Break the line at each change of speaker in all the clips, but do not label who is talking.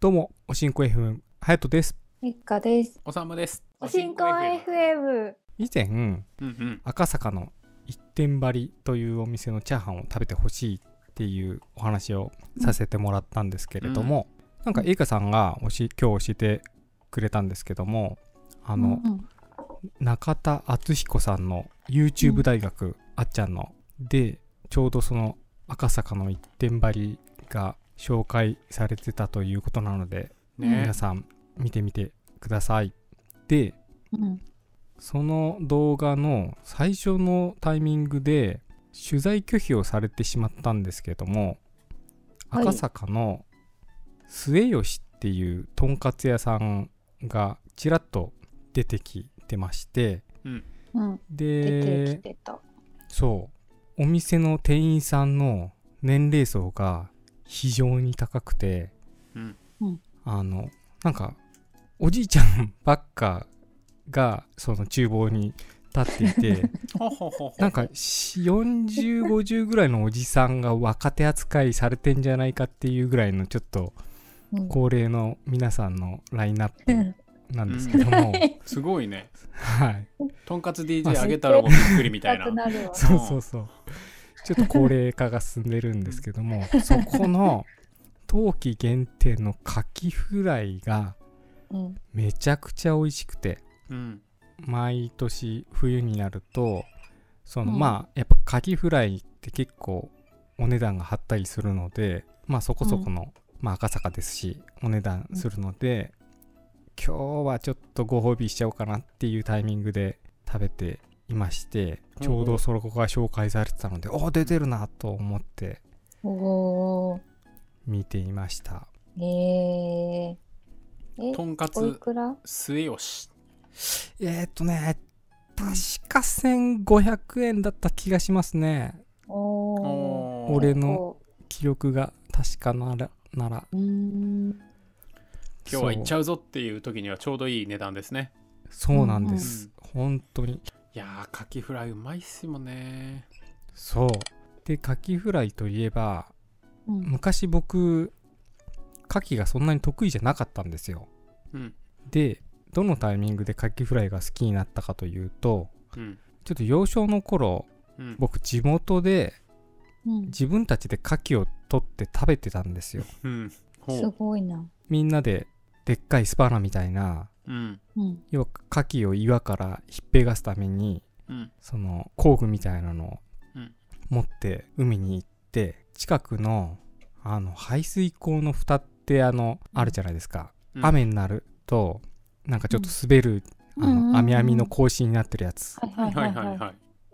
どうも、おしんこ FM、はやとです。
みっかです。
おさむです。
おしんこ FM。
以前、
うんうん。
赤坂の一点張りというお店のチャーハンを食べてほしいっていうお話をさせてもらったんですけれども、なんか、エイカさんがおし今日教えてくれたんですけども、あ
あ
の、中田敦彦さんの YouTube 大学、あっちゃんのでちょうどその赤坂の一点張りが紹介されてたということなので、
ね
皆さん見てみてくださいで
うん、
その動画の最初のタイミングで取材拒否をされてしまったんですけども
はい
赤坂の末吉っていうとんかつ屋さんがちらっと出てきてまして、
うん、出て
で
きてた。
そうお店の店員さんの年齢層が非常に高くて、
うん
うん
あのなんかおじいちゃんばっかがその厨房に立って いて
ほほほほ。
なんか4050ぐらいのおじさんが若手扱いされてんじゃないかっていうぐらいのちょっと
うん
高齢の皆さんのラインナップなんですけども、
すごいね。
はい
とんかつ DJ あげたらもうびっくりみたい
痛
な
く。なるわ。
そうそうそう。ちょっと高齢化が進んでるんですけども、そこの冬季限定のカキフライが
うん、
めちゃくちゃ美味しくて、
うん。
毎年冬になると、その、
うん
まあ、やっぱカキフライって結構お値段が張ったりするので、まあそこそこの、まあ赤坂ですし、お値段するので、今日はちょっとご褒美しちゃおうかなっていうタイミングで食べていまして
うん
ちょうどその子が紹介されてたので、おお出てるなと思って
おお
見ていました
ー、えー、
と
え、
んか
おい
つ
くら？
末吉。
えー、っとね確か1500円だった気がしますね
おおー、
お
俺
ー。
の
こ
記憶が確かならなら
う。うーん、
今日は行っち
ゃう
ゃうぞっていう時にはちょうどいい値段ですね。
そうそうなんです、本当に
いやー、カキフライうまいっすもんね。
そうでカキフライといえば
うん、
昔僕カキがそんなに得意じゃなかったんですよ
うん。
でどのタイミングでカキフライが好きになったかというと
うん。
ちょっと幼少の頃
うん。
僕地元で
うん、
自分たちでカキを取って食べてたんですよ
うん。ほ
す
う。
ごいな。
みんなででっかいスパナみたいな
うん。
うん、
要はカキを岩からひっぺがすために
うん。
その工具みたいなの
う
を
ん
持って海に行って近くのあの排水溝の蓋ってあのあるじゃないですか、
うん
雨になるとなんかちょっと滑る、あ
うんうんうんうん
の網網の格子になってるやつ、
は
はいはいはいは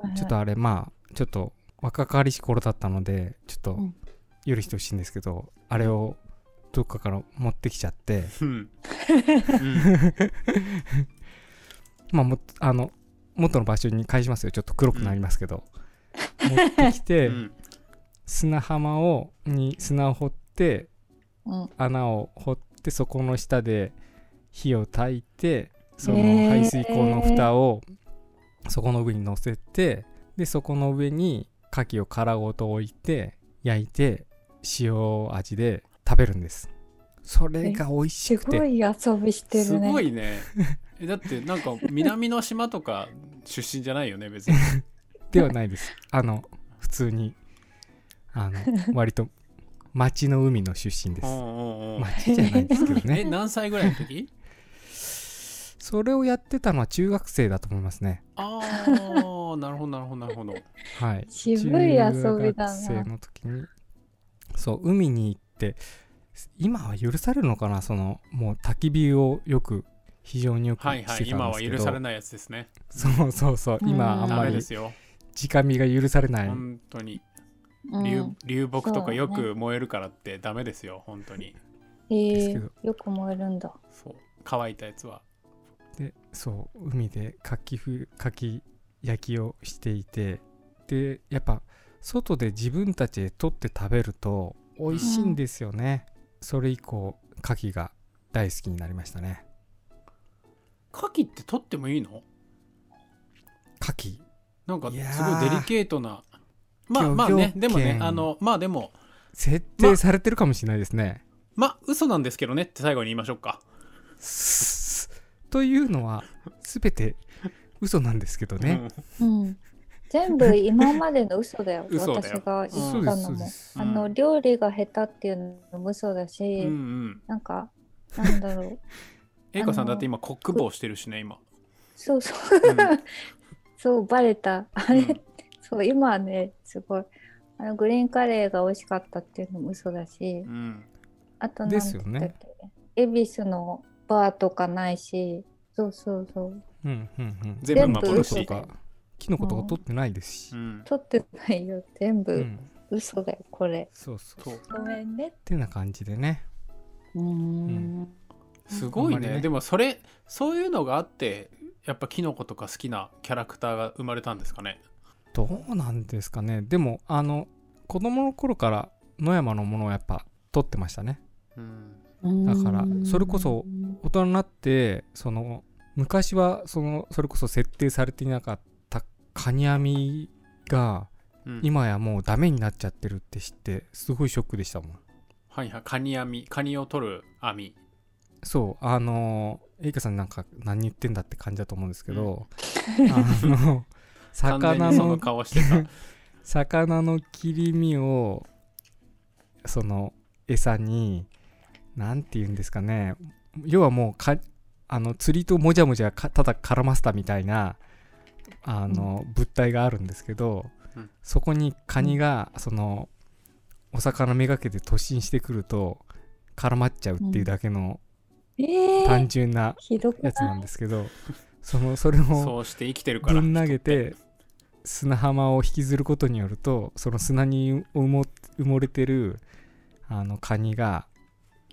い。
い
ちょっとあれまあちょっと若かりし頃だったのでちょっと
うん
許してほしいんですけど、あれをどっかから持ってきちゃって
うん。うん
まあもあの元の場所に返しますよちょっと黒くなりますけど、持ってき
う
て、
ん。
砂浜をに砂を掘って
うん、
穴を掘ってそこの下で火を焚いてその
へー
排水口の蓋をそこの上に乗せてでそこの上に牡蠣を殻ごと置いて焼いて塩味で食べるんですそれが美味
す
しく
ご
て
い遊びして
す
るね。
ごいね。えだってなんか南の島とか出身じゃないよね、別に。
ではないですあの普通にあの割と町の海の出身で
う
す
んうんうん。
町じゃないですけどね
え何歳ぐらいの時
それをやってたのは中学生だと思いますね
ああなるほどなるほどなるほど
はい、
渋い遊びだな
中学生の時にそう海に行って今は許されるのかなそのもう焚き火をよく非常によくしてた
は
ん
い
です
は
け
い
ど
今は許され
ない
ないやつですね
そうそうそう今あん
ダ
ま
メ
り
ですよ
直火が許されない
本当に
うん
流流木とかよ
そうだ
く燃えるからってダメですよ本当に
え
ですけ
ー
ど、
よく燃えるんだ。
そう乾いたやつは
でそう海でかきふかき焼きをしていてでやっぱ外で自分たちで取って食べると美味しいんですよね、それ以降かきが大好きになりましたね
牡蠣って取ってもいいの
かき
なんか
い
す
やー
ごいデリケートなまあ
漁業
まあねでもね
権
あのまあでも
設定されてるかもしれないですね。
まあ嘘なんですけどねって最後に言いましょうか
すというのは全て嘘なんですけどね、
うん。全部今までの嘘だよ。
嘘だ
私
よ
が言
そう
っ
で
た
すそうで
のも。
す
あ
う
の、
ん
料理が下手っていうのも嘘だ
うん、うんう
し、
ん
なんか、なんだろ う。
英子さんだって今コック帽してるしね今
そうそう。
うん
そう、バレた。あれ、
うん
そう、今はね、すごい。あの、グリーンカレーが美味しかったっていうのも嘘だし
う、ん
あとなん
ですよね
だっけ。恵比寿のバーとかないし、そうそうそう。
うんうんうん、
全
全部
部
キノコ
嘘
と
幻
かキノコとか取ってないですし、
うん
取ってないよ。全
う
部
ん
嘘だよ、これ。
そうそう
そう
ごめんね。
ってな感じでね
うーん。
すごい
あんま
ね
りね
でもそれそういうのがあってやっぱキノコとか好きなキャラクターが生まれたんですかね
どうなんですかねでもあの子供の頃から野山のものをやっぱ取ってましたね
うん
だからそれこそ大人になってその昔はそのそれこそ設定されていなかったカニ網が
うん
今やもうダメになっちゃってるって知ってすごいショックでしたもん
はいはいカニ網カニを取る網
そうあのエイカさんなんか何言ってんだって感じだと思うんですけど、あ の
完全
魚
にそ
の
の顔してた
魚の切り身をその餌に何て言うんですかね要はもうかあの釣りともじゃもじゃかただ絡ませたみたいなあの物体があるんですけど、
うん
そこにカニがそのお魚めがけて突進してくると絡まっちゃうっていうだけの
え
単
ー、
純な
ひどく
やつな
なんい
ですけど、そのそれを
そうして生きてるから
ぶん投げて砂浜を引きずることによるとその砂に埋も埋もれてるあのカニが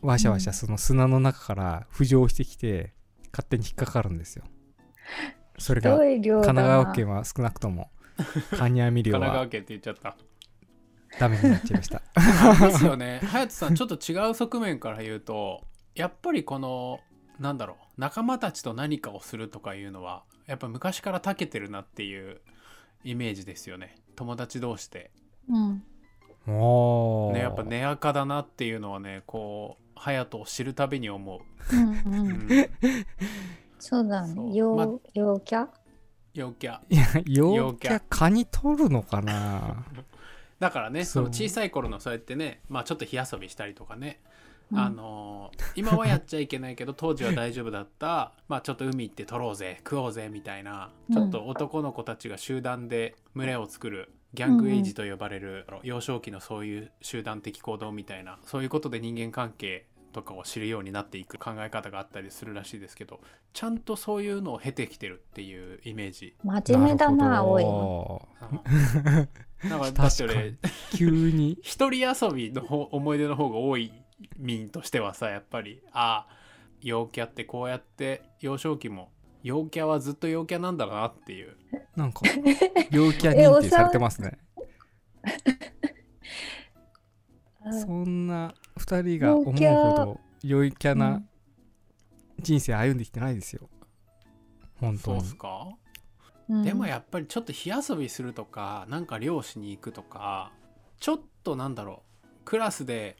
わしゃわし
う
ゃ
ん
その砂の中から浮上してきて勝手に引っかかるんですよ。それ
ひ
が
ど
神
い量だな
奈川県は少なくともカニ網
神
漁
奈川
は
県って言っちゃった
ダメになっちゃいま した。
あれです よね隼人さんちょっと違う側面から言うとやっぱりこのなんだろう仲間たちと何かをするとかいうのはやっぱ昔から長けてるなっていうイメージですよね友達同士で、
うん
おー
ね、やっぱ根垢だなっていうのはねこう隼人を知るたびに思う、
うんう、
うんん、
そうだね
そう
陽、
ま
陽キャ
陽キャ
いや陽
陽
キ
キ
ャ
ャ
カニ取るのかな
だからね
そ
そうの小さい頃のそうやってね、まあ、ちょっと火遊びしたりとかね、
うん
あのー今はやっちゃいけないけど当時は大丈夫だったまあちょっと海行って取ろうぜ食おうぜみたいな
うん
ちょっと男の子たちが集団で群れを作るギャングエイジと呼ばれる、幼少期のそういう集団的行動みたいなそういうことで人間関係とかを知るようになっていく考え方があったりするらしいですけどちゃんとそういうのを経てきてるっていうイメージ。
真面目だな
るほ
青いの
ど
あ のなんかだって
確か
俺
に急に
一人遊びの方思い出の方が多い民としてはさやっぱりああ陽キャってこうやって幼少期も陽キャはずっと陽キャなんだなっていう
なん か陽キャ認定されてますね。
あ
そんな2人が思うほど良いキャな人生歩んできてないですよ。本当
そうっ
に。
すか、
うん
でもやっぱりちょっと火遊びするとかなんか漁しに行くとかちょっとなんだろうクラスで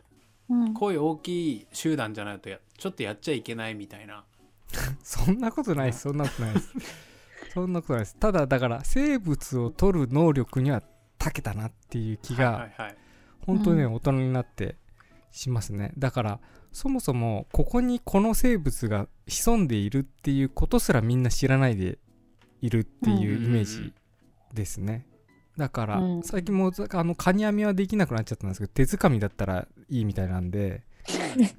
うん
声大きい集団じゃないとやちょっとやっちゃいけないみたいな
そんなことないです。そんなことないです。そんなことないです。ただだから生物を取る能力には長けたなっていう気
は
が
いはいはい
本当にね
う
大人になってしますね。だからそもそもここにこの生物が潜んでいるっていうことすらみんな知らないでいるっていうイメー
うんうんう
ジ
ん
ですね。だから、
うん
最近もあのカニ網はできなくなっちゃったんですけど手づかみだったらいいみたいなん で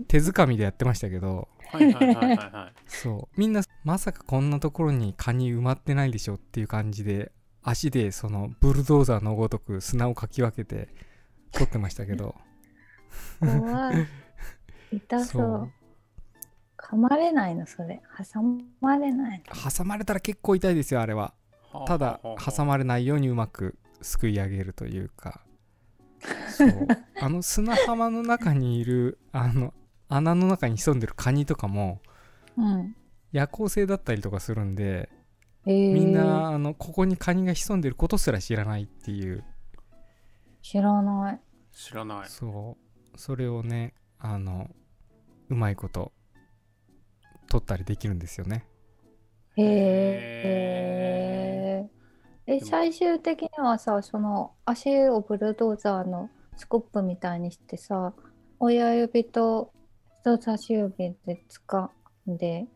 手づかみでやってましたけど
はいはいはいはいはい
そうみんなまさかこんなところにカニ埋まってないでしょっていう感じで足でそのブルドーザーのごとく砂をかき分けて取ってましたけど
怖い痛そう
そう
噛まれないのそれ挟まれない
挟まれたら結構痛いですよあれは ただ挟まれないようにうまくすくい上げるというかそう あの砂浜の中にいるあの穴の中に潜んでるカニとかも
の、
夜行性だったりとかするんで
うん、えー、
みんなあのここにカニが潜んでることすら知らないっていう
知らない
知らない
そうそれをねあのうまいこと取ったりできるんですよね
へえ。え、
でも
最終的にはさ、その足をブルドーザーのスコップみたいにしてさ、親指と人差し指で掴んで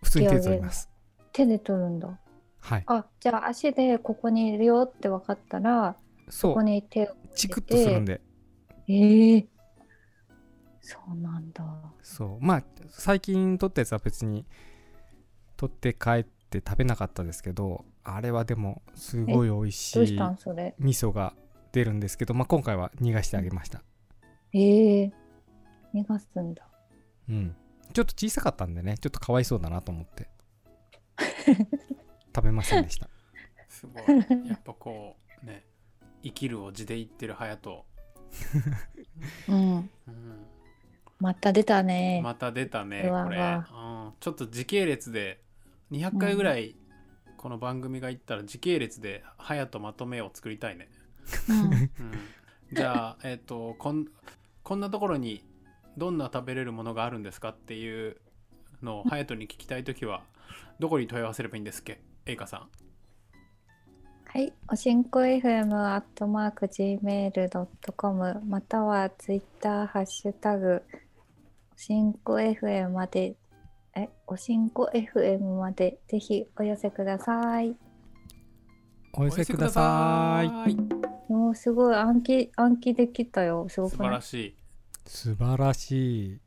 普通に手で取ります
手で取るんだ。
はい
あ、じゃあ足でここにいるよって分かったら、
そ
ここ
う
に手を。
チクッとするんで
ええ。そうなんだ。
そうまあ最近取ったやつは別に取って帰って食べなかったですけどあれはでもすごい美味し
どうし
い
たんそれ。
味噌が出るんですけど、まあ、今回は逃がしてあげました
ええ。逃がすんだ。
うんちょっと小さかったんでねちょっとかわいそうだなと思って 食べませんでした
すご いやっぱこうね生きるを地で言ってる隼
うん。
人、う
また出た
ん、
ね。
また出たね
うわ
これ、
うわ
うん、ちょっと時系列で200回ぐらいこの番組が行ったら時系列で隼人まとめを作りたいね、
うん
うん、じゃあえっ、とこんこんなところにどんな食べれるものがあるんですかっていうのを隼人に聞きたいときはどこに問い合わせればいいんですっけエイカさん
はい、おしんこ FM アットマーク Gmail.com またはツイッターハッシュタグおしんこ FM までえおしんこ FM までぜひお寄せください
お
お
寄せください
寄せくださ
もうすごい暗記暗記できたよすご
い素
く
晴
な
ら
い
しい
素晴らしい